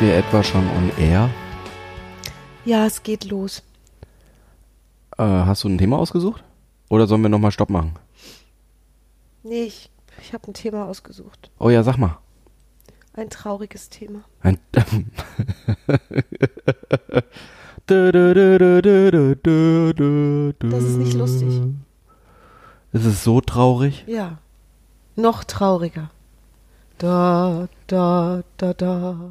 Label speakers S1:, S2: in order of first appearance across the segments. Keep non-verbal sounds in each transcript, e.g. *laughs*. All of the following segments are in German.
S1: wir etwa schon on air?
S2: Ja, es geht los.
S1: Äh, hast du ein Thema ausgesucht? Oder sollen wir nochmal Stopp machen?
S2: Nee, ich, ich habe ein Thema ausgesucht.
S1: Oh ja, sag mal.
S2: Ein trauriges Thema.
S1: Ein
S2: Das
S1: das
S2: ist nicht
S1: Mm.
S2: lustig.
S1: Es ist so traurig.
S2: Ja. Noch trauriger. Da, da, da, da,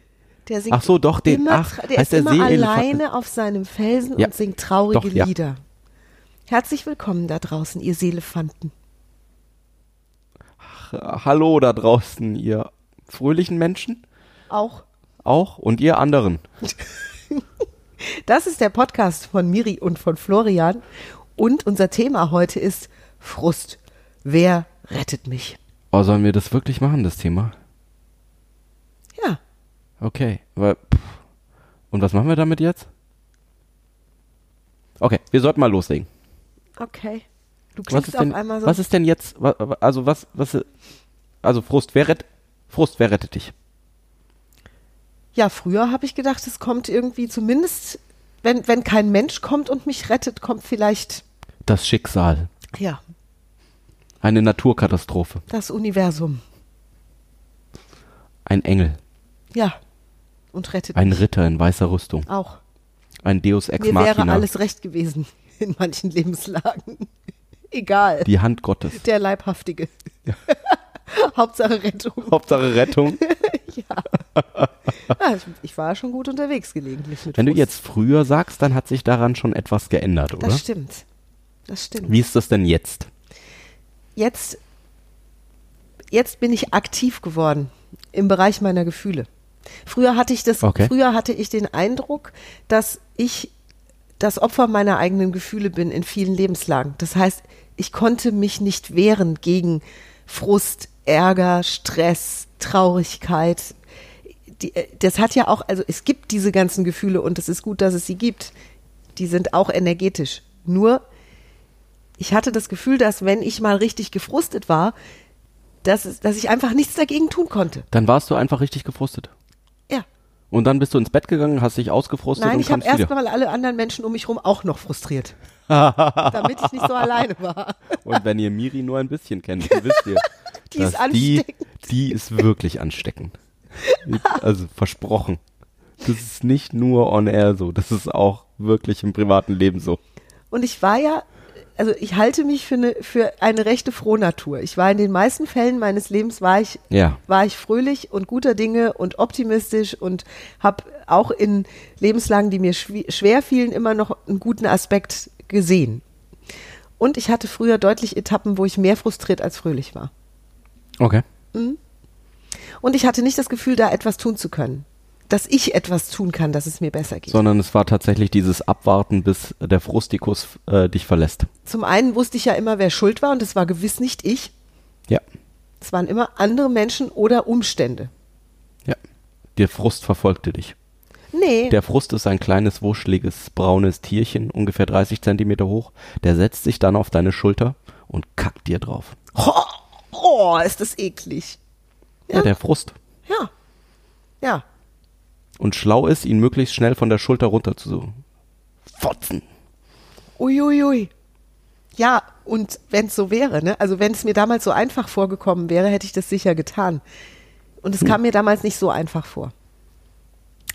S2: Der singt
S1: Ach so, doch, den-
S2: immer,
S1: ach,
S2: tra- der
S1: heißt
S2: ist
S1: der
S2: immer
S1: Seeelefant?
S2: alleine auf seinem Felsen
S1: Ja.
S2: und singt traurige
S1: Doch, ja.
S2: Lieder. Herzlich willkommen da draußen, ihr Seelefanten.
S1: Äh, Hallo da draußen, ihr fröhlichen Menschen
S2: Auch
S1: auch und ihr anderen.
S2: das ist der Podcast von Miri und von Florian. Und unser Thema heute ist Frust. Wer rettet mich?
S1: Oh, sollen wir das wirklich machen, das Thema?
S2: Ja,
S1: Okay, weil. Pff. Und was machen wir damit jetzt? Okay, wir sollten mal loslegen.
S2: okay. Du
S1: Was
S2: klickst
S1: ist, denn,
S2: auf einmal so.
S1: was ist denn jetzt? wa- wa- Also, was, was, also Frust, wer rettet, Frust, wer rettet dich?
S2: ja, früher habe ich gedacht, es kommt irgendwie zumindest, wenn, wenn kein Mensch kommt und mich rettet, kommt vielleicht,
S1: Das Schicksal.
S2: ja,
S1: Eine Naturkatastrophe.
S2: das Universum.
S1: Ein Engel.
S2: Ja. Und rettet
S1: Ein
S2: mich.
S1: Ritter in weißer Rüstung.
S2: Auch.
S1: Ein Deus Ex
S2: Mir
S1: Machina.
S2: wäre alles recht gewesen *laughs* in manchen Lebenslagen. *laughs* Egal.
S1: Die Hand Gottes.
S2: Der Leibhaftige. *laughs* Hauptsache Rettung.
S1: Hauptsache Rettung.
S2: Ah, ich, ich war schon gut unterwegs gelegentlich. Mit
S1: Wenn du
S2: Fuß.
S1: jetzt früher sagst, dann hat sich daran schon etwas geändert, oder?
S2: Das stimmt. Das stimmt.
S1: Wie ist das denn jetzt?
S2: Jetzt, jetzt bin ich aktiv geworden im Bereich meiner Gefühle. Früher hatte ich das,
S1: Okay.
S2: früher hatte ich den Eindruck, dass ich das Opfer meiner eigenen Gefühle bin in vielen Lebenslagen. Das heißt, ich konnte mich nicht wehren gegen Frust, Ärger, Stress, Traurigkeit. Die, äh, das hat ja auch, also es gibt diese ganzen Gefühle und es ist gut, dass es sie gibt. Die sind auch energetisch. Nur, ich hatte das Gefühl, dass wenn ich mal richtig gefrustet war, dass, es, dass ich einfach nichts dagegen tun konnte.
S1: Dann warst du einfach richtig gefrustet.
S2: Ja.
S1: Und dann bist du ins Bett gegangen, hast dich ausgefrustet
S2: Nein,
S1: und
S2: ich habe
S1: kamst wieder.
S2: erstmal alle anderen Menschen um mich herum auch noch frustriert. damit ich nicht so alleine war.
S1: Und wenn ihr Miri nur ein bisschen kennt, dann wisst ihr,
S2: *laughs* Die
S1: dass
S2: ist ansteckend.
S1: Die, die ist wirklich ansteckend. Also versprochen. Das ist nicht nur on air so, das ist auch wirklich im privaten Leben so.
S2: Und ich war ja, also ich halte mich für eine, für eine rechte Frohnatur. Ich war in den meisten Fällen meines Lebens war ich,
S1: Ja.
S2: war ich fröhlich und guter Dinge und optimistisch und habe auch in Lebenslagen, die mir schwi- schwer fielen, immer noch einen guten Aspekt gesehen. Und ich hatte früher deutlich Etappen, wo ich mehr frustriert als fröhlich war.
S1: Okay.
S2: Und ich hatte nicht das Gefühl, da etwas tun zu können. Dass ich etwas tun kann, dass es mir besser geht.
S1: Sondern es war tatsächlich dieses Abwarten, bis der Frustikus äh, dich verlässt.
S2: Zum einen wusste ich ja immer, wer schuld war und es war gewiss nicht ich.
S1: Ja.
S2: Es waren immer andere Menschen oder Umstände.
S1: Ja. Der Frust verfolgte dich.
S2: Nee,
S1: Der Frust ist ein kleines, wuscheliges, braunes Tierchen, ungefähr 30 Zentimeter hoch. Der setzt sich dann auf deine Schulter und kackt dir drauf.
S2: oh, oh, ist das eklig.
S1: Ja,
S2: Ja.
S1: der Frust.
S2: Ja, ja,
S1: Und schlau ist, ihn möglichst schnell von der Schulter runter zu fotzen.
S2: uiuiui. Ja, und wenn es so wäre, ne? also wenn es mir damals so einfach vorgekommen wäre, hätte ich das sicher getan. Und es kam mir damals nicht so einfach vor,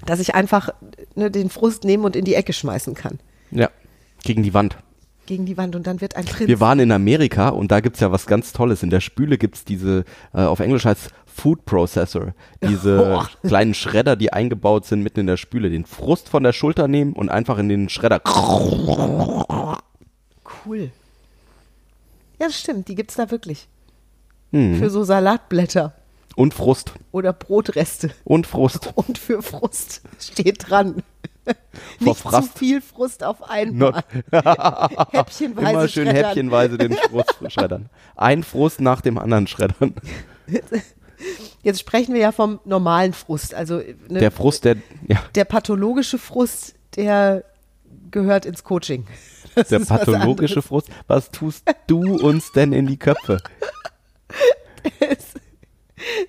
S2: dass ich einfach ne, den Frust nehmen und in die Ecke schmeißen kann.
S1: Ja, gegen die Wand.
S2: Gegen die Wand und dann wird ein Prinz.
S1: Wir waren in Amerika und da gibt's ja was ganz Tolles. In der Spüle gibt's diese, äh, auf Englisch heißt Food Processor, diese
S2: Oh.
S1: kleinen Schredder, die eingebaut sind mitten in der Spüle. Den Frust von der Schulter nehmen und einfach in den Schredder. *laughs*
S2: Cool.
S1: Mhm.
S2: Ja, das stimmt, die gibt's da wirklich. Für so Salatblätter.
S1: Und Frust.
S2: oder Brotreste. *laughs*
S1: Und Frust.
S2: Und für Frust steht dran. *laughs* Nicht
S1: Frust.
S2: zu viel Frust auf einmal. *laughs*
S1: Not-
S2: häppchenweise
S1: Immer schön
S2: schreddern.
S1: häppchenweise den Frust schreddern. Ein Frust nach dem anderen schreddern.
S2: Jetzt sprechen wir ja vom normalen Frust. Also ne,
S1: Der Frust, der, ja,
S2: der pathologische Frust, der gehört ins Coaching. *laughs* Das
S1: der
S2: ist was
S1: pathologische Frust. Was tust du uns denn in die Köpfe?
S2: anderes.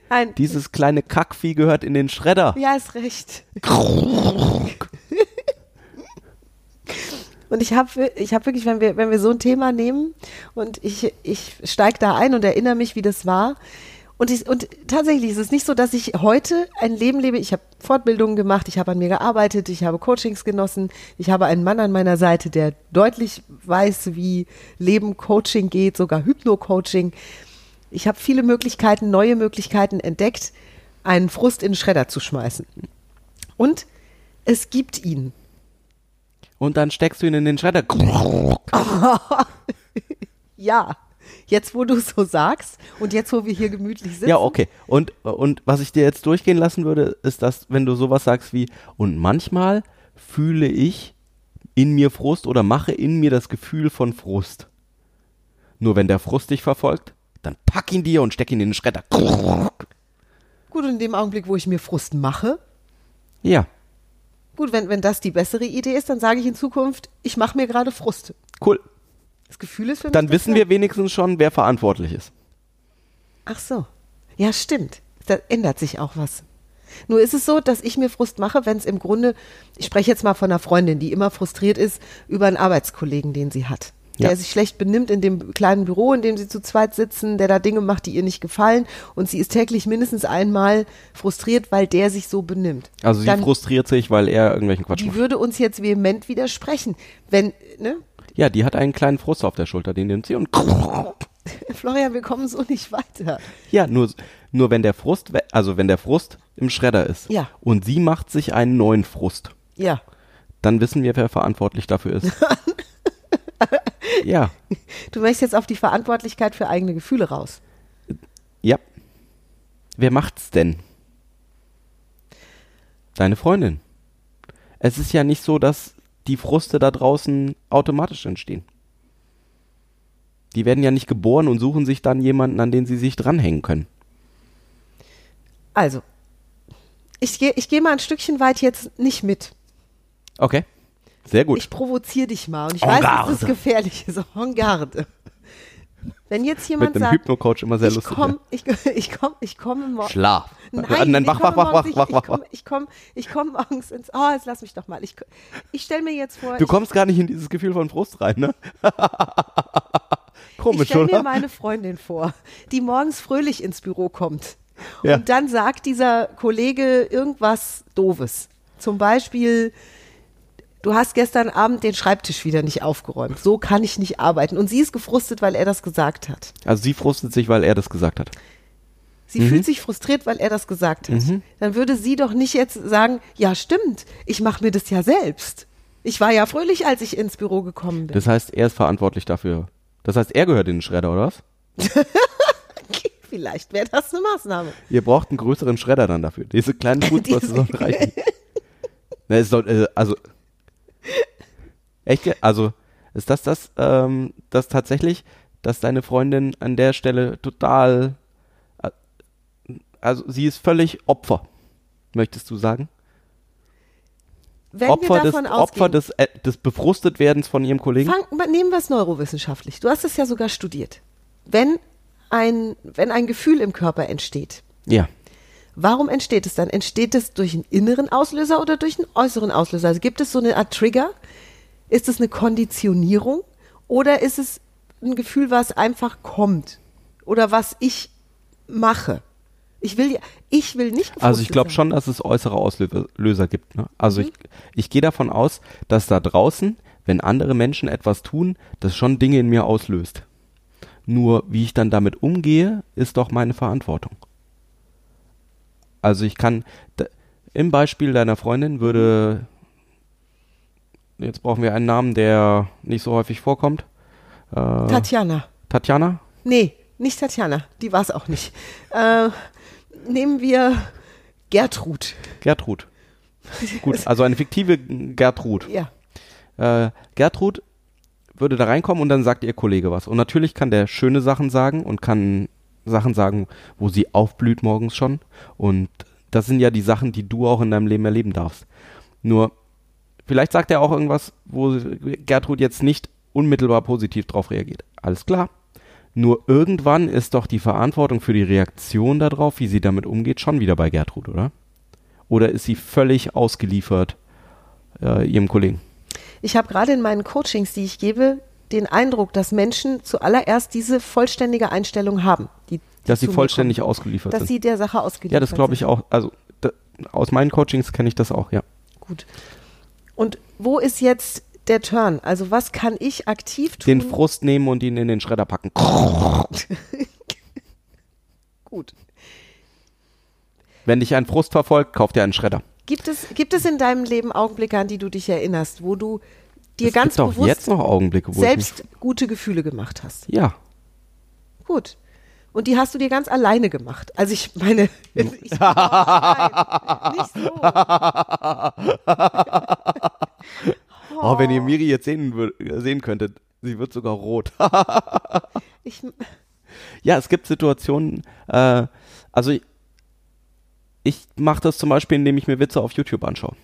S2: Nein,
S1: Dieses kleine Kackvieh gehört in den Schredder.
S2: ja, ist recht. Und ich habe ich hab wirklich, wenn wir, wenn wir so ein Thema nehmen und ich, ich steige da ein und erinnere mich, wie das war. Und, ich, und tatsächlich ist es nicht so, dass ich heute ein Leben lebe. Ich habe Fortbildungen gemacht, ich habe an mir gearbeitet, ich habe Coachings genossen, ich habe einen Mann an meiner Seite, der deutlich weiß, wie Leben Coaching geht, sogar Hypno-Coaching. Ich habe viele Möglichkeiten, neue Möglichkeiten entdeckt, einen Frust in den Schredder zu schmeißen. Und es gibt ihn.
S1: Und dann steckst du ihn in den Schredder.
S2: Ja, jetzt wo du so sagst und jetzt wo wir hier gemütlich sitzen.
S1: Ja, okay. Und, und was ich dir jetzt durchgehen lassen würde, ist, dass, wenn du sowas sagst wie, und manchmal fühle ich in mir Frust oder mache in mir das Gefühl von Frust. Nur wenn der Frust dich verfolgt, dann pack ihn dir und steck ihn in den Schredder.
S2: Gut, und in dem Augenblick, wo ich mir Frust mache,
S1: Ja,
S2: gut, wenn, wenn das die bessere Idee ist, dann sage ich in Zukunft, ich mache mir gerade Frust.
S1: cool.
S2: Das Gefühl ist für mich.
S1: Dann
S2: das
S1: wissen
S2: Gleiche.
S1: wir wenigstens schon, wer verantwortlich ist.
S2: Ach so. Ja, stimmt. Da ändert sich auch was. Nur ist es so, dass ich mir Frust mache, wenn es im Grunde, ich spreche jetzt mal von einer Freundin, die immer frustriert ist über einen Arbeitskollegen, den sie hat. Der
S1: Ja.
S2: sich schlecht benimmt in dem kleinen Büro, in dem sie zu zweit sitzen, der da Dinge macht, die ihr nicht gefallen. Und sie ist täglich mindestens einmal frustriert, weil der sich so benimmt.
S1: Also sie
S2: Dann,
S1: frustriert sich, weil er irgendwelchen Quatsch
S2: die
S1: macht.
S2: würde uns jetzt vehement widersprechen. Wenn, ne? *laughs*
S1: Ja, die hat einen kleinen Frust auf der Schulter, den nimmt sie und *laughs*
S2: Florian, wir kommen so nicht weiter.
S1: Ja, nur, nur wenn der Frust, we- also wenn der Frust im Schredder ist
S2: Ja.
S1: und sie macht sich einen neuen Frust,
S2: Ja.
S1: dann wissen wir, wer verantwortlich dafür ist. ja,
S2: Du möchtest jetzt auf die Verantwortlichkeit für eigene Gefühle raus.
S1: ja. Wer macht's denn? Deine Freundin. Es ist ja nicht so, dass die Fruste da draußen automatisch entstehen. Die werden ja nicht geboren und suchen sich dann jemanden, an den sie sich dranhängen können.
S2: Also, ich gehe ich geh mal ein Stückchen weit jetzt nicht mit.
S1: Okay. Sehr gut.
S2: Ich provoziere dich mal und ich
S1: En
S2: weiß,
S1: garde.
S2: dass das gefährlich ist. En garde. Wenn jetzt jemand
S1: Mit einem
S2: sagt,
S1: Hypno-Coach immer sehr
S2: ich
S1: lustig. ne?
S2: komme ich, *laughs* ich komm, ich komm morgen.
S1: Schlaf.
S2: Nein,
S1: Nein,
S2: ich
S1: wach,
S2: komme
S1: wach, wach,
S2: morgens
S1: wach,
S2: nicht.
S1: wach, wach,
S2: Ich
S1: wach.
S2: komme ich komm, ich komm morgens ins. Oh, jetzt lass mich doch mal. Ich, ich stelle mir jetzt vor,
S1: Du kommst gar nicht in dieses Gefühl von Frust rein, ne? *laughs*
S2: ich, ich
S1: Komisch,
S2: stelle mir
S1: oder?
S2: meine Freundin vor, die morgens fröhlich ins Büro kommt.
S1: Ja.
S2: Und dann sagt dieser Kollege irgendwas Doofes. Zum Beispiel, du hast gestern Abend den Schreibtisch wieder nicht aufgeräumt. So kann ich nicht arbeiten. Und sie ist gefrustet, weil er das gesagt hat.
S1: Also sie frustet sich, weil er das gesagt hat.
S2: Sie
S1: Mhm.
S2: fühlt sich frustriert, weil er das gesagt hat. Dann würde sie doch nicht jetzt sagen, ja stimmt, ich mache mir das ja selbst. Ich war ja fröhlich, als ich ins Büro gekommen bin.
S1: Das heißt, er ist verantwortlich dafür. Das heißt, er gehört in den Schredder, oder was?
S2: *laughs* Vielleicht wäre das eine Maßnahme.
S1: Ihr braucht einen größeren Schredder dann dafür. Diese
S2: *laughs*
S1: kleinen Fußbosse
S2: Diese-
S1: sollen reichen. Na, es soll, äh, also, echt, ge- also, ist das das, ähm, das tatsächlich, dass deine Freundin an der Stelle total, äh, also sie ist völlig Opfer, möchtest du sagen?
S2: Wenn
S1: Opfer,
S2: wir
S1: des,
S2: davon ausgehen,
S1: Opfer des, äh, des Befrustetwerdens von ihrem Kollegen?
S2: Fang, nehmen wir es neurowissenschaftlich. Du hast es ja sogar studiert. Wenn ein, wenn ein Gefühl im Körper entsteht,
S1: Ja.
S2: warum entsteht es dann? Entsteht es durch einen inneren Auslöser oder durch einen äußeren Auslöser? Also gibt es so eine Art Trigger? Ist es eine Konditionierung? Oder ist es ein Gefühl, was einfach kommt? Oder was ich mache? Ich will, ja- ich will nicht
S1: Also ich
S2: gefrustet
S1: glaube
S2: sein.
S1: schon, dass es äußere Auslöser gibt. Ne? Also ich, ich gehe davon aus, dass da draußen, wenn andere Menschen etwas tun, das schon Dinge in mir auslöst. Nur wie ich dann damit umgehe, ist doch meine Verantwortung. Also ich kann, d- im Beispiel deiner Freundin würde, jetzt brauchen wir einen Namen, der nicht so häufig vorkommt. Äh,
S2: Tatjana.
S1: Tatjana?
S2: Nee, nicht Tatjana. Die war es auch nicht. Äh, nehmen wir Gertrud.
S1: Gertrud. Gut, also eine fiktive Gertrud.
S2: Ja.
S1: Äh, Gertrud würde da reinkommen und dann sagt ihr Kollege was. Und natürlich kann der schöne Sachen sagen und kann Sachen sagen, wo sie aufblüht morgens schon. Und das sind ja die Sachen, die du auch in deinem Leben erleben darfst. Nur, vielleicht sagt er auch irgendwas, wo Gertrud jetzt nicht unmittelbar positiv drauf reagiert. Alles klar. Nur irgendwann ist doch die Verantwortung für die Reaktion darauf, wie sie damit umgeht, schon wieder bei Gertrud, oder? Oder ist sie völlig ausgeliefert äh, ihrem Kollegen?
S2: Ich habe gerade in meinen Coachings, die ich gebe, den Eindruck, dass Menschen zuallererst diese vollständige Einstellung haben. Die, die
S1: Dass sie
S2: zu mir
S1: vollständig
S2: kommen.
S1: ausgeliefert
S2: Dass
S1: sind.
S2: sie der Sache ausgeliefert
S1: ja, das glaube ich
S2: sind.
S1: auch. Also da, aus meinen Coachings kenne ich das auch, ja.
S2: Gut. Und wo ist jetzt der Turn? Also was kann ich aktiv tun?
S1: Den Frust nehmen und ihn in den Schredder packen.
S2: Gut.
S1: Wenn dich ein Frust verfolgt, kauf dir einen Schredder.
S2: Gibt es, gibt es in deinem Leben Augenblicke, an die du dich erinnerst, wo du dir
S1: es
S2: ganz
S1: gibt auch
S2: bewusst
S1: jetzt noch Augenblicke, wo
S2: selbst gute Gefühle gemacht hast?
S1: ich mich, ja.
S2: Gut. Und die hast du dir ganz alleine gemacht. Also ich meine, *laughs* ich nein, nicht so.
S1: Oh, wenn ihr Miri jetzt sehen, wür- sehen könntet, sie wird sogar rot. *laughs*
S2: Ich,
S1: Ja, es gibt Situationen, äh, also ich, ich mache das zum Beispiel, indem ich mir Witze auf YouTube anschaue.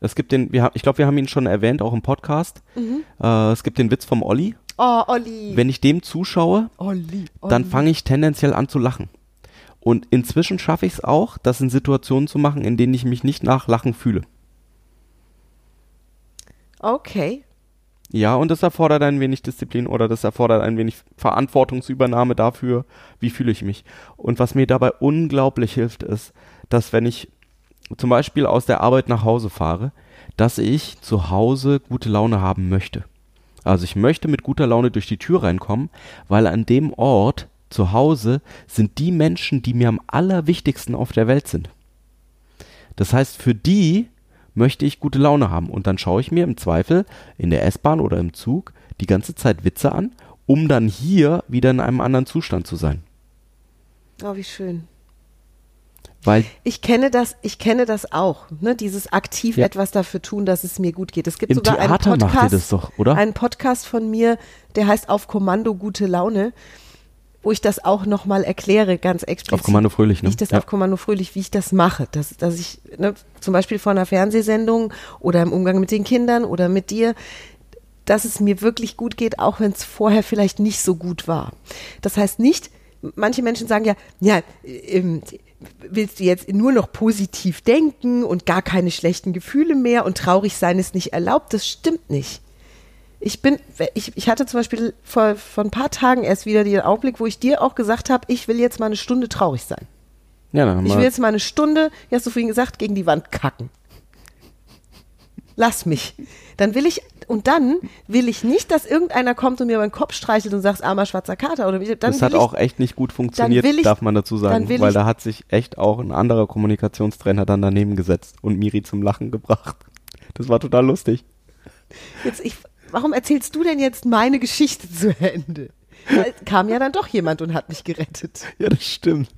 S1: Es gibt den, wir, ha- ich glaube, wir haben ihn schon erwähnt, auch im Podcast.
S2: Mhm.
S1: Äh, es gibt den Witz vom Olli.
S2: oh, Olli.
S1: Wenn ich dem zuschaue,
S2: Olli. Olli.
S1: dann fange ich tendenziell an zu lachen. Und inzwischen schaffe ich es auch, das in Situationen zu machen, in denen ich mich nicht nach Lachen fühle.
S2: okay.
S1: Ja, und das erfordert ein wenig Disziplin oder das erfordert ein wenig Verantwortungsübernahme dafür, wie fühle ich mich. Und was mir dabei unglaublich hilft, ist, dass wenn ich zum Beispiel aus der Arbeit nach Hause fahre, dass ich zu Hause gute Laune haben möchte. Also ich möchte mit guter Laune durch die Tür reinkommen, weil an dem Ort zu Hause sind die Menschen, die mir am allerwichtigsten auf der Welt sind. Das heißt, für die möchte ich gute Laune haben. Und dann schaue ich mir im Zweifel in der S-Bahn oder im Zug die ganze Zeit Witze an, um dann hier wieder in einem anderen Zustand zu sein.
S2: Oh, wie schön.
S1: Weil,
S2: Ich kenne das, ich kenne das auch, ne? dieses aktiv
S1: Ja.
S2: etwas dafür tun, dass es mir gut geht. Es gibt
S1: Im
S2: sogar einen
S1: Theater macht ihr
S2: Podcast,
S1: das doch, oder?
S2: einen Podcast von mir, der heißt Auf Kommando gute Laune, wo ich das auch nochmal erkläre, ganz explizit.
S1: Auf Kommando Fröhlich, ne?
S2: Wie ich das
S1: Ja.
S2: auf Kommando Fröhlich, wie ich das mache, dass, dass ich ne, zum Beispiel vor einer Fernsehsendung oder im Umgang mit den Kindern oder mit dir, dass es mir wirklich gut geht, auch wenn es vorher vielleicht nicht so gut war. Das heißt nicht, manche Menschen sagen ja, ja, ähm, willst du jetzt nur noch positiv denken und gar keine schlechten Gefühle mehr und traurig sein ist nicht erlaubt? Das stimmt nicht. Ich bin, ich, ich hatte zum Beispiel vor, vor ein paar Tagen erst wieder den Augenblick, wo ich dir auch gesagt habe, ich will jetzt mal eine Stunde traurig sein.
S1: ja, dann haben
S2: Ich
S1: wir-
S2: will jetzt mal eine Stunde, wie hast du vorhin gesagt, gegen die Wand kacken. Lass mich. Dann will ich, und dann will ich nicht, dass irgendeiner kommt und mir meinen Kopf streichelt und sagt, armer schwarzer Kater. Oder wie- dann
S1: das
S2: will
S1: hat
S2: ich,
S1: auch echt nicht gut funktioniert,
S2: will ich-
S1: darf man dazu sagen,
S2: dann will
S1: weil
S2: ich-
S1: da hat sich echt auch ein anderer Kommunikationstrainer dann daneben gesetzt und Miri zum Lachen gebracht. Das war total lustig.
S2: Jetzt, ich, warum erzählst du denn jetzt meine Geschichte zu Ende? Weil Kam ja dann doch jemand und hat mich gerettet.
S1: Ja, das stimmt.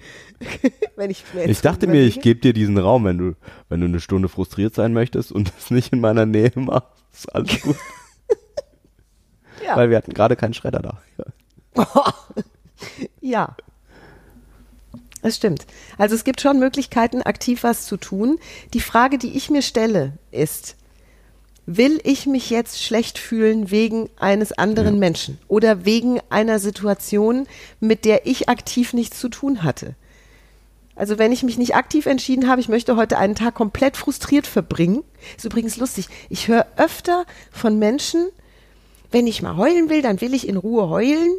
S2: Wenn ich, mir jetzt
S1: Ich dachte mir, ich gebe dir diesen Raum, wenn du, wenn du eine Stunde frustriert sein möchtest und das nicht in meiner Nähe machst. Ist alles gut.
S2: Ja.
S1: Weil wir hatten gerade keinen Schredder da. Ja.
S2: *laughs* Ja. Das stimmt. Also es gibt schon Möglichkeiten, aktiv was zu tun. Die Frage, die ich mir stelle, ist, will ich mich jetzt schlecht fühlen wegen eines anderen Menschen oder wegen einer Situation, mit der ich aktiv nichts zu tun hatte? Also wenn ich mich nicht aktiv entschieden habe, ich möchte heute einen Tag komplett frustriert verbringen. Ist übrigens lustig. Ich höre öfter von Menschen, wenn ich mal heulen will, dann will ich in Ruhe heulen.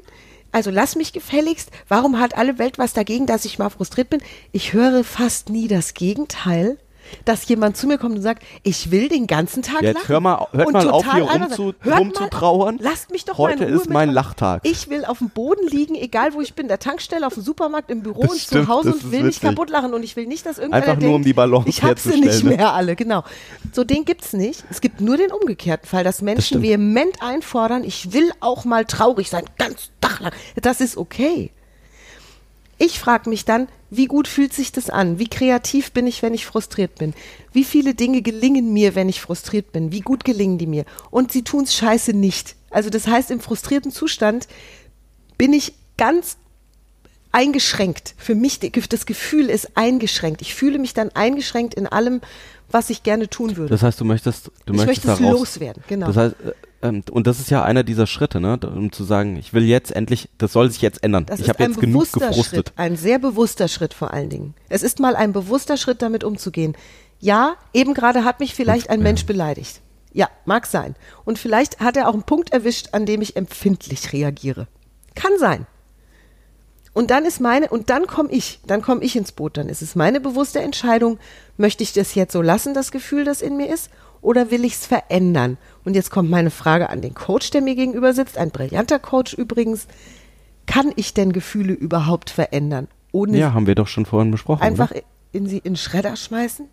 S2: Also lass mich gefälligst. Warum hat alle Welt was dagegen, dass ich mal frustriert bin? Ich höre fast nie das Gegenteil, dass jemand zu mir kommt und sagt, ich will den ganzen Tag
S1: Jetzt
S2: lachen.
S1: hör mal- hört
S2: Und
S1: mal auf,
S2: total
S1: hier
S2: albern
S1: rumzu-
S2: sein. Hört
S1: rumzutrauern.
S2: Mal, lasst mich doch mal in
S1: Heute
S2: Ruhe
S1: ist
S2: mit
S1: mein Lachtag.
S2: Ich will auf dem Boden liegen, egal wo ich bin, der Tankstelle, auf dem Supermarkt, im Büro
S1: Das
S2: und
S1: stimmt,
S2: zu Hause
S1: das
S2: und
S1: ist
S2: will mich
S1: witzig.
S2: kaputt lachen und ich will nicht, dass irgendeiner
S1: Einfach nur,
S2: denkt,
S1: um die Balance
S2: ich hab sie
S1: herzustellen,
S2: nicht
S1: ne?
S2: mehr mehr alle, genau. So, den gibt's nicht. Es gibt nur den umgekehrten Fall, dass Menschen
S1: stimmt.
S2: vehement einfordern, ich will auch mal traurig sein, ganz Tag lang. Das ist okay. Ich frage mich dann, wie gut fühlt sich das an? Wie kreativ bin ich, wenn ich frustriert bin? Wie viele Dinge gelingen mir, wenn ich frustriert bin? Wie gut gelingen die mir? Und sie tun es scheiße nicht. Also das heißt, im frustrierten Zustand bin ich ganz eingeschränkt. Für mich die- das Gefühl ist eingeschränkt. Ich fühle mich dann eingeschränkt in allem, was ich gerne tun würde.
S1: Das heißt, du möchtest, du
S2: ich
S1: möchtest
S2: möchte es
S1: daraus,
S2: loswerden. Genau.
S1: Das heißt, äh, ähm, und das ist ja einer dieser Schritte, ne? da- um zu sagen, ich will jetzt endlich, das soll sich jetzt ändern.
S2: Das
S1: ich
S2: ist
S1: habe
S2: ein
S1: jetzt genug
S2: bewusster
S1: gefrustet.
S2: Schritt, ein sehr bewusster Schritt vor allen Dingen. Es ist mal ein bewusster Schritt, damit umzugehen. Ja, eben gerade hat mich vielleicht ein Mensch beleidigt. Ja, mag sein. Und vielleicht hat er auch einen Punkt erwischt, an dem ich empfindlich reagiere. Kann sein. Und dann ist meine, und dann komme ich, dann komme ich ins Boot. Dann ist es meine bewusste Entscheidung, möchte ich das jetzt so lassen, das Gefühl, das in mir ist, oder will ich es verändern? Und jetzt kommt meine Frage an den Coach, der mir gegenüber sitzt, ein brillanter Coach übrigens. Kann ich denn Gefühle überhaupt verändern, ohne
S1: Ja, haben wir doch schon vorhin besprochen.
S2: sie einfach
S1: Oder?
S2: in sie in Schredder schmeißen?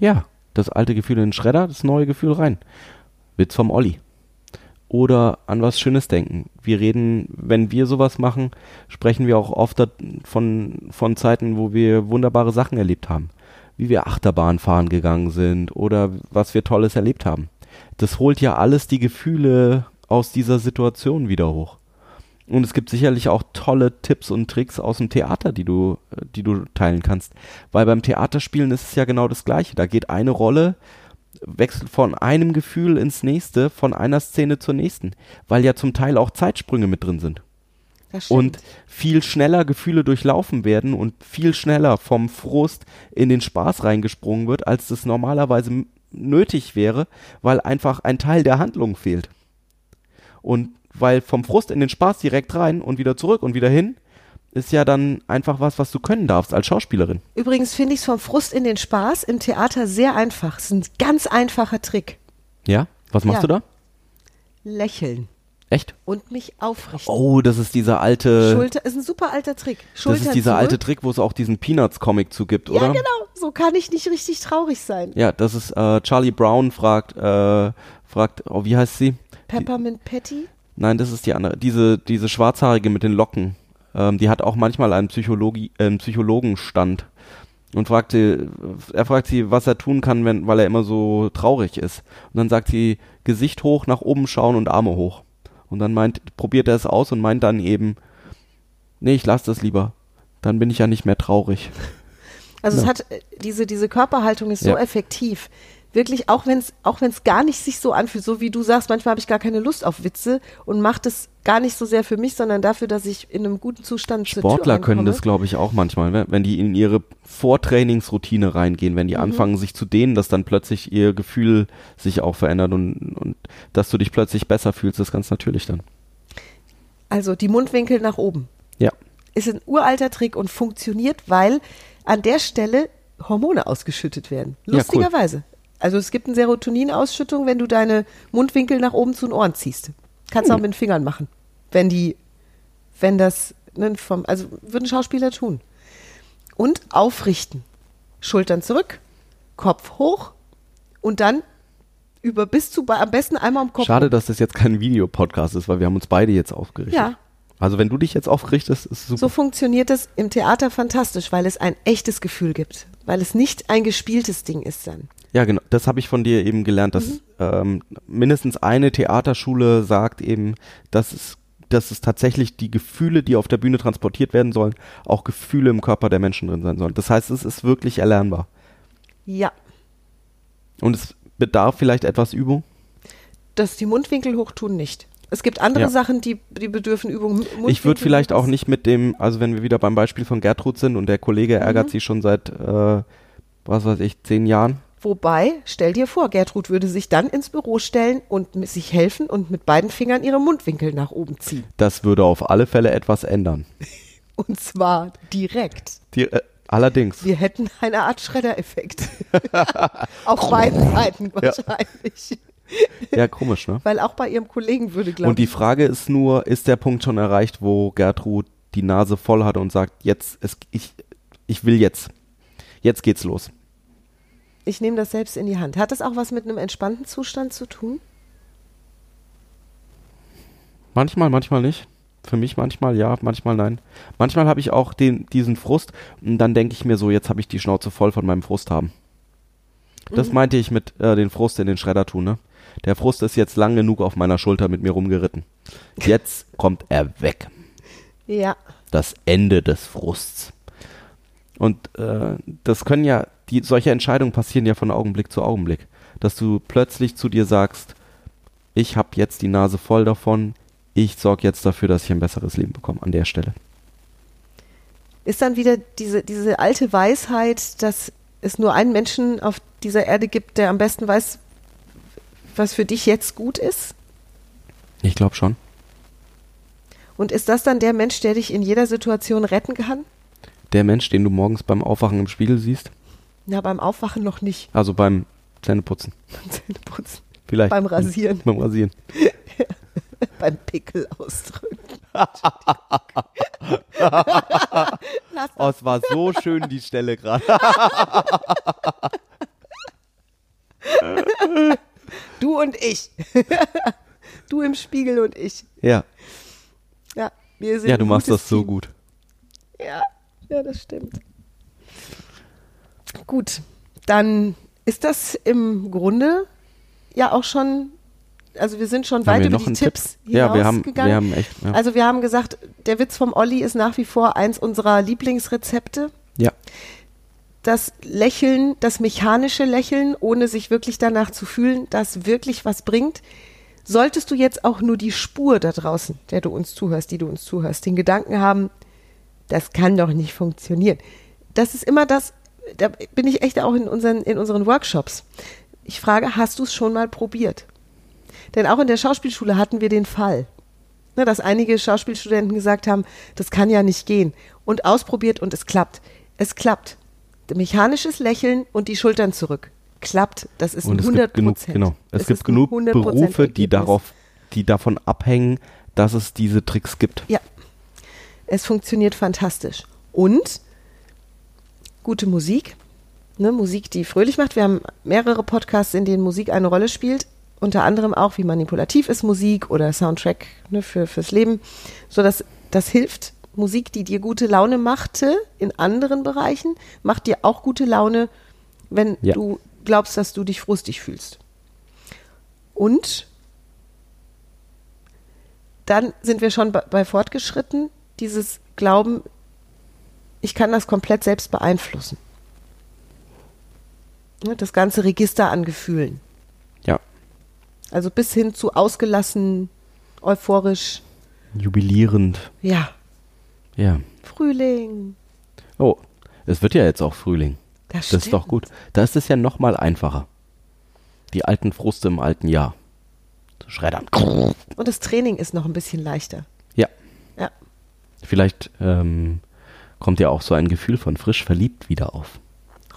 S1: Ja, das alte Gefühl in den Schredder, das neue Gefühl rein. Witz vom Olli. Oder an was Schönes denken. Wir reden, wenn wir sowas machen, sprechen wir auch oft dat- von, von Zeiten, wo wir wunderbare Sachen erlebt haben. Wie wir Achterbahn fahren gegangen sind oder was wir Tolles erlebt haben. Das holt ja alles die Gefühle aus dieser Situation wieder hoch. Und es gibt sicherlich auch tolle Tipps und Tricks aus dem Theater, die du, äh, die du teilen kannst. Weil beim Theaterspielen ist es ja genau das Gleiche. Da geht eine Rolle, wechselt von einem Gefühl ins nächste, von einer Szene zur nächsten. Weil ja zum Teil auch Zeitsprünge mit drin sind.
S2: Das stimmt.
S1: Und viel schneller Gefühle durchlaufen werden und viel schneller vom Frust in den Spaß reingesprungen wird, als das normalerweise m- nötig wäre, weil einfach ein Teil der Handlung fehlt. Und weil vom Frust in den Spaß direkt rein und wieder zurück und wieder hin, ist ja dann einfach was, was du können darfst als Schauspielerin.
S2: Übrigens finde ich es vom Frust in den Spaß im Theater sehr einfach. Es ist ein ganz einfacher Trick.
S1: Ja? Was machst
S2: Ja.
S1: du da?
S2: Lächeln
S1: Echt?
S2: und mich aufrichten.
S1: Oh, das ist dieser alte.
S2: Schulter ist ein super alter Trick.
S1: Oh,
S2: Schultern
S1: äh. das ist dieser
S2: zurück.
S1: alte Trick, wo es auch diesen Peanuts-Comic zu gibt, oder?
S2: Ja, genau. So kann ich nicht richtig traurig sein.
S1: Ja, das ist äh, Charlie Brown fragt, äh, fragt, oh, wie heißt sie?
S2: Peppermint Patty.
S1: Nein, das ist die andere. Diese, diese Schwarzhaarige mit den Locken. Ähm, die hat auch manchmal einen, Psychologi äh, einen Psychologenstand. Und fragte, er fragt sie, was er tun kann, wenn, weil er immer so traurig ist. Und dann sagt sie, Gesicht hoch, nach oben schauen und Arme hoch. Und dann meint, probiert er es aus und meint dann eben, nee, ich lasse das lieber. Dann bin ich ja nicht mehr traurig.
S2: Also es
S1: Ja.
S2: hat äh, diese, diese Körperhaltung ist so
S1: Ja.
S2: effektiv. Wirklich, auch wenn es auch wenn's gar nicht sich so anfühlt, so wie du sagst, manchmal habe ich gar keine Lust auf Witze und mache das gar nicht so sehr für mich, sondern dafür, dass ich in einem guten Zustand zur Tür
S1: Sportler können
S2: reinkomme.
S1: das, glaube ich, auch manchmal, ne? wenn die in ihre Vortrainingsroutine reingehen, wenn die anfangen, sich zu dehnen, dass dann plötzlich ihr Gefühl sich auch verändert und, und dass du dich plötzlich besser fühlst, ist ganz natürlich dann.
S2: Also die Mundwinkel nach oben.
S1: Ja.
S2: ist ein uralter Trick und funktioniert, weil an der Stelle Hormone ausgeschüttet werden.
S1: Ja, cool.
S2: Lustigerweise. Also es gibt eine Serotoninausschüttung, wenn du deine Mundwinkel nach oben zu den Ohren ziehst. Kannst
S1: Hm.
S2: auch mit den Fingern machen, wenn die, wenn das, ne, vom, also würden Schauspieler tun. Und aufrichten. Schultern zurück, Kopf hoch und dann über bis zu, am besten einmal am Kopf.
S1: Schade, dass das jetzt kein Videopodcast ist, weil wir haben uns beide jetzt aufgerichtet.
S2: Ja.
S1: Also wenn du dich jetzt aufrichtest, ist super.
S2: So funktioniert das im Theater fantastisch, weil es ein echtes Gefühl gibt, weil es nicht ein gespieltes Ding ist dann.
S1: Ja, genau. Das habe ich von dir eben gelernt, dass ähm, mindestens eine Theaterschule sagt eben, dass es, dass es tatsächlich die Gefühle, die auf der Bühne transportiert werden sollen, auch Gefühle im Körper der Menschen drin sein sollen. Das heißt, es ist wirklich erlernbar.
S2: Ja,
S1: Und es bedarf vielleicht etwas Übung.
S2: dass die Mundwinkel hochtun nicht. Es gibt andere
S1: Ja.
S2: Sachen, die, die bedürfen Übung. Mundwinkel
S1: ich würde vielleicht auch nicht mit dem, also wenn wir wieder beim Beispiel von Gertrud sind und der Kollege ärgert sie schon seit, äh, was weiß ich, zehn Jahren.
S2: Wobei, stell dir vor, Gertrud würde sich dann ins Büro stellen und mit sich helfen und mit beiden Fingern ihre Mundwinkel nach oben ziehen.
S1: Das würde auf alle Fälle etwas ändern.
S2: Und zwar direkt.
S1: Die, äh,
S2: *laughs*
S1: allerdings.
S2: Wir hätten eine Art *laughs* Schredder-Effekt. Auf beiden Seiten wahrscheinlich.
S1: Ja, komisch, ne?
S2: Weil auch bei ihrem Kollegen würde, glaube
S1: Und die Frage ist nur, ist der Punkt schon erreicht, wo Gertrud die Nase voll hat und sagt, jetzt, es, ich, ich will jetzt. Jetzt geht's los.
S2: Ich nehme das selbst in die Hand. Hat das auch was mit einem entspannten Zustand zu tun?
S1: Manchmal, manchmal nicht. Für mich manchmal ja, manchmal nein. Manchmal habe ich auch den, diesen Frust und dann denke ich mir so, jetzt habe ich die Schnauze voll von meinem Frust haben. Das meinte ich mit äh, den Frust in den Schredder tun, ne? Der Frust ist jetzt lang genug auf meiner Schulter mit mir rumgeritten. Jetzt kommt er weg.
S2: Ja.
S1: Das Ende des Frusts. Und äh, das können ja, die, solche Entscheidungen passieren ja von Augenblick zu Augenblick. Dass du plötzlich zu dir sagst, ich habe jetzt die Nase voll davon, ich sorge jetzt dafür, dass ich ein besseres Leben bekomme an der Stelle.
S2: Ist dann wieder diese, diese alte Weisheit, dass es nur einen Menschen auf dieser Erde gibt, der am besten weiß, was für dich jetzt gut ist?
S1: Ich glaube schon.
S2: Und ist das dann der Mensch, der dich in jeder Situation retten kann?
S1: Der Mensch, den du morgens beim Aufwachen im Spiegel siehst,
S2: Na, beim Aufwachen noch nicht.
S1: also beim Zähneputzen,
S2: Beim Zähneputzen, *laughs*
S1: vielleicht.
S2: Beim Rasieren.
S1: Beim Rasieren.
S2: beim Pickel ausdrücken. Lass
S1: Oh, es war so schön, die Stelle gerade.
S2: Du und ich. *laughs* du im Spiegel und ich.
S1: *laughs* Ja,
S2: Ja, wir sind
S1: ja du
S2: ein
S1: machst
S2: gutes
S1: das so
S2: Team.
S1: gut.
S2: Ja, ja, das stimmt. Gut, dann ist das im Grunde ja auch schon, also wir sind schon
S1: Haben
S2: weit
S1: wir
S2: über
S1: noch
S2: die
S1: einen Tipp?
S2: Tipps
S1: Ja, wir haben-
S2: hinausgegangen.
S1: wir haben echt, ja.
S2: Also wir haben gesagt, der Witz vom Olli ist nach wie vor eins unserer Lieblingsrezepte.
S1: Ja,
S2: das Lächeln, das mechanische Lächeln, ohne sich wirklich danach zu fühlen, das wirklich was bringt. Solltest du jetzt auch nur die Spur da draußen, der du uns zuhörst, die du uns zuhörst, den Gedanken haben, das kann doch nicht funktionieren. Das ist immer das, da bin ich echt auch in unseren, in unseren Workshops. Ich frage, hast du es schon mal probiert? Denn auch in der Schauspielschule hatten wir den Fall, ne, dass einige Schauspielstudenten gesagt haben, das kann ja nicht gehen. Und ausprobiert und es klappt. Es klappt. Mechanisches Lächeln und die Schultern zurück. Klappt. Das ist
S1: und
S2: ein
S1: es
S2: 100
S1: gibt genug, genau. Es, gibt
S2: ist ein
S1: genug
S2: 100%
S1: Berufe, die
S2: Ergebnis.
S1: darauf, die davon abhängen, dass es diese Tricks gibt.
S2: Ja. Es funktioniert fantastisch. Und gute Musik. Ne, Musik, die fröhlich macht. Wir haben mehrere Podcasts, in denen Musik eine Rolle spielt. Unter anderem auch, wie manipulativ ist Musik oder Soundtrack ne, für, fürs Leben. So dass das hilft. Musik, die dir gute Laune machte in anderen Bereichen, macht dir auch gute Laune, wenn
S1: Ja.
S2: du glaubst, dass du dich frustig fühlst. Und dann sind wir schon bei, bei fortgeschritten, dieses Glauben, ich kann das komplett selbst beeinflussen. Ne, Das ganze Register an Gefühlen.
S1: Ja,
S2: Also bis hin zu ausgelassen, euphorisch,
S1: jubilierend.
S2: ja,
S1: Ja.
S2: Frühling.
S1: Oh, es wird ja jetzt auch Frühling.
S2: Das,
S1: Das ist doch
S2: stimmt.
S1: gut. Da ist es ja noch mal einfacher. Die alten Fruste im alten Jahr. Zu schreddern.
S2: Und das Training ist noch ein bisschen leichter.
S1: Ja,
S2: Ja,
S1: vielleicht ähm, kommt ja auch so ein Gefühl von frisch verliebt wieder auf.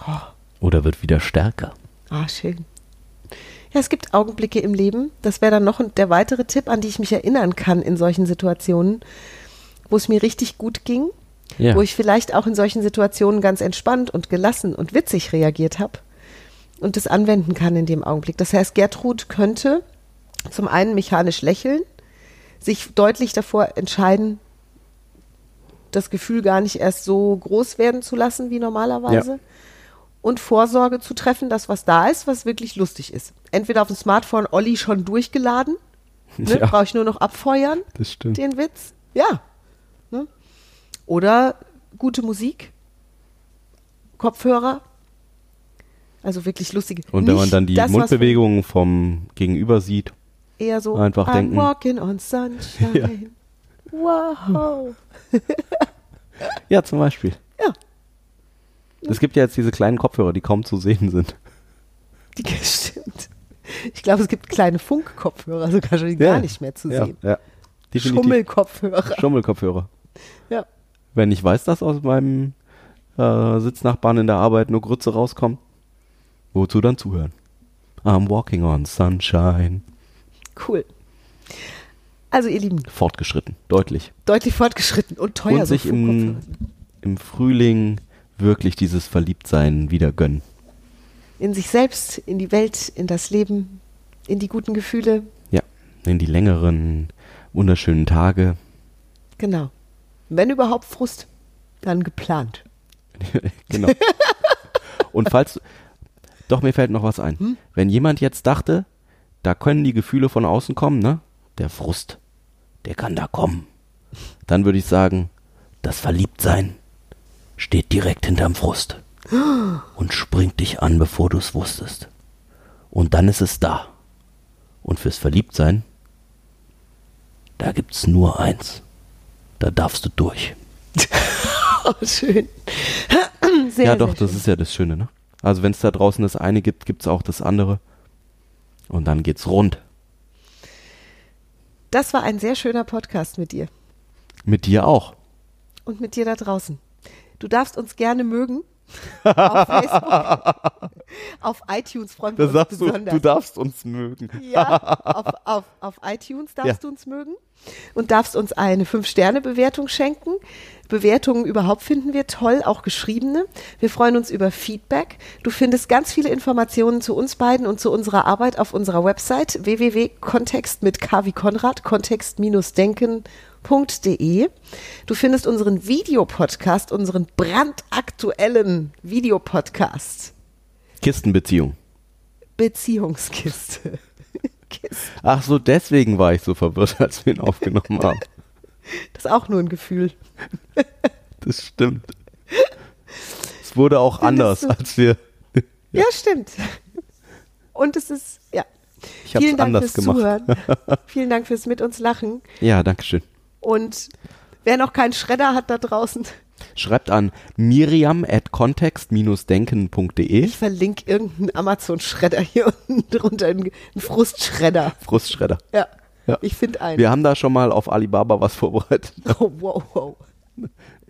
S2: oh,
S1: Oder wird wieder stärker.
S2: ah, schön. Ja, es gibt Augenblicke im Leben. Das wäre dann noch ein- der weitere Tipp, an die ich mich erinnern kann in solchen Situationen, wo es mir richtig gut ging.
S1: Ja.
S2: wo ich vielleicht auch in solchen Situationen ganz entspannt und gelassen und witzig reagiert habe und das anwenden kann in dem Augenblick. Das heißt, Gertrud könnte zum einen mechanisch lächeln, sich deutlich davor entscheiden, das Gefühl gar nicht erst so groß werden zu lassen wie normalerweise.
S1: Ja.
S2: Und Vorsorge zu treffen, dass was da ist, was wirklich lustig ist. Entweder auf dem Smartphone Olli schon durchgeladen, ne,
S1: Ja.
S2: brauche ich nur noch abfeuern
S1: das stimmt.
S2: den Witz. Ja. Ne? Oder gute Musik, Kopfhörer. Also wirklich lustige.
S1: Und wenn man
S2: Nicht
S1: dann die
S2: das, was
S1: Mundbewegungen vom Gegenüber sieht,
S2: Eher so
S1: einfach
S2: I'm
S1: denken.
S2: walking
S1: *laughs*
S2: on sunshine.
S1: Hm.
S2: Wow.
S1: ja, zum Beispiel.
S2: Ja,
S1: Es gibt ja jetzt diese kleinen Kopfhörer, die kaum zu sehen sind.
S2: die *laughs* stimmt. Ich glaube, es gibt kleine Funkkopfhörer, sogar schon die
S1: Ja.
S2: *laughs* gar nicht mehr zu
S1: ja,
S2: sehen.
S1: Ja. Definitiv.
S2: Schummelkopfhörer.
S1: Schummelkopfhörer.
S2: Ja.
S1: Wenn ich weiß, dass aus meinem äh, Sitznachbarn in der Arbeit nur Grütze rauskommt, wozu dann zuhören? I'm walking on sunshine.
S2: Cool. Also ihr Lieben,
S1: Fortgeschritten, deutlich.
S2: deutlich fortgeschritten und teuer
S1: Und sich
S2: Oh so
S1: im,
S2: Funkkopfhörer.
S1: im Frühling wirklich dieses Verliebtsein wieder gönnen.
S2: in sich selbst, in die Welt, in das Leben, in die guten Gefühle.
S1: Ja, in die längeren, wunderschönen Tage.
S2: Genau. Wenn überhaupt Frust, dann geplant. *laughs*
S1: *laughs* genau. Und falls, doch mir fällt noch was ein. Wenn jemand jetzt dachte, da können die Gefühle von außen kommen, ne? Der Frust, der kann da kommen. Dann würde ich sagen, das Verliebtsein steht direkt hinterm Frust und springt dich an, bevor du es wusstest. Und dann ist es da. Und fürs Verliebtsein, da gibt's nur eins. Da darfst du durch.
S2: Oh, schön. *clears throat* Sehr,
S1: ja, doch,
S2: sehr
S1: das ist ja das Schöne, ne? Also wenn es da draußen das eine gibt, gibt es auch das andere. Und dann geht's rund.
S2: Das war ein sehr schöner Podcast mit dir
S1: Mit dir auch.
S2: und mit dir da draußen. Du darfst uns gerne mögen. *laughs* Auf Facebook.
S1: *laughs*
S2: auf iTunes freuen
S1: Da
S2: wir uns
S1: sagst du,
S2: besonders.
S1: du darfst uns mögen.
S2: ja, auf, auf, auf iTunes darfst
S1: Ja.
S2: du uns mögen und darfst uns eine 5-Sterne-Bewertung schenken. Bewertungen überhaupt finden wir toll, auch geschriebene. Wir freuen uns über Feedback. Du findest ganz viele Informationen zu uns beiden und zu unserer Arbeit auf unserer Website www.kontext mit K wie Konrad, kontext-denken.de. Du findest unseren Videopodcast, unseren brandaktuellen Videopodcast.
S1: Kistenbeziehung.
S2: Beziehungskiste. *laughs* Kiste.
S1: Ach so, deswegen war ich so verwirrt, *laughs* als wir ihn aufgenommen haben.
S2: Das ist auch nur ein Gefühl.
S1: *laughs* Das stimmt. Es wurde auch anders,
S2: du-
S1: als wir.
S2: Ja, stimmt. Und es ist, ja.
S1: Ich hab's
S2: Vielen Dank
S1: anders
S2: fürs
S1: gemacht. *laughs*
S2: Zuhören. Vielen Dank fürs Mit uns lachen.
S1: Ja, Dankeschön.
S2: Und wer noch keinen Schredder hat da draußen,
S1: Schreibt an miriam at context-denken.de.
S2: ich verlinke irgendeinen Amazon-Schredder hier *laughs* unten drunter, einen Frustschredder.
S1: Frustschredder.
S2: Ja,
S1: Ja.
S2: ich finde einen.
S1: Wir haben da schon mal auf Alibaba was *laughs* vorbereitet.
S2: *laughs* Oh, wow, wow.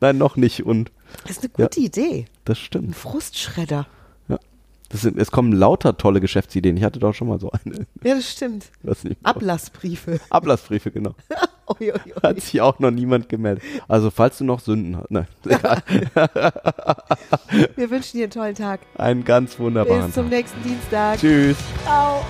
S1: Nein, noch nicht. Und
S2: Das ist eine gute Idee.
S1: das
S2: Ein
S1: stimmt.
S2: Frustschredder.
S1: Ja. Das sind, es kommen lauter tolle Geschäftsideen. Ich hatte doch schon mal so eine. *laughs*
S2: Ja, das stimmt.
S1: Lass nicht
S2: Ablassbriefe. *laughs*
S1: Ablassbriefe, genau.
S2: Ui, ui, ui.
S1: Hat sich auch noch niemand gemeldet. Also, falls du noch Sünden hast, ne? nein, egal.
S2: Wir wünschen dir einen tollen Tag.
S1: einen ganz wunderbaren
S2: Bis zum
S1: Tag.
S2: nächsten Dienstag.
S1: Tschüss.
S2: Ciao.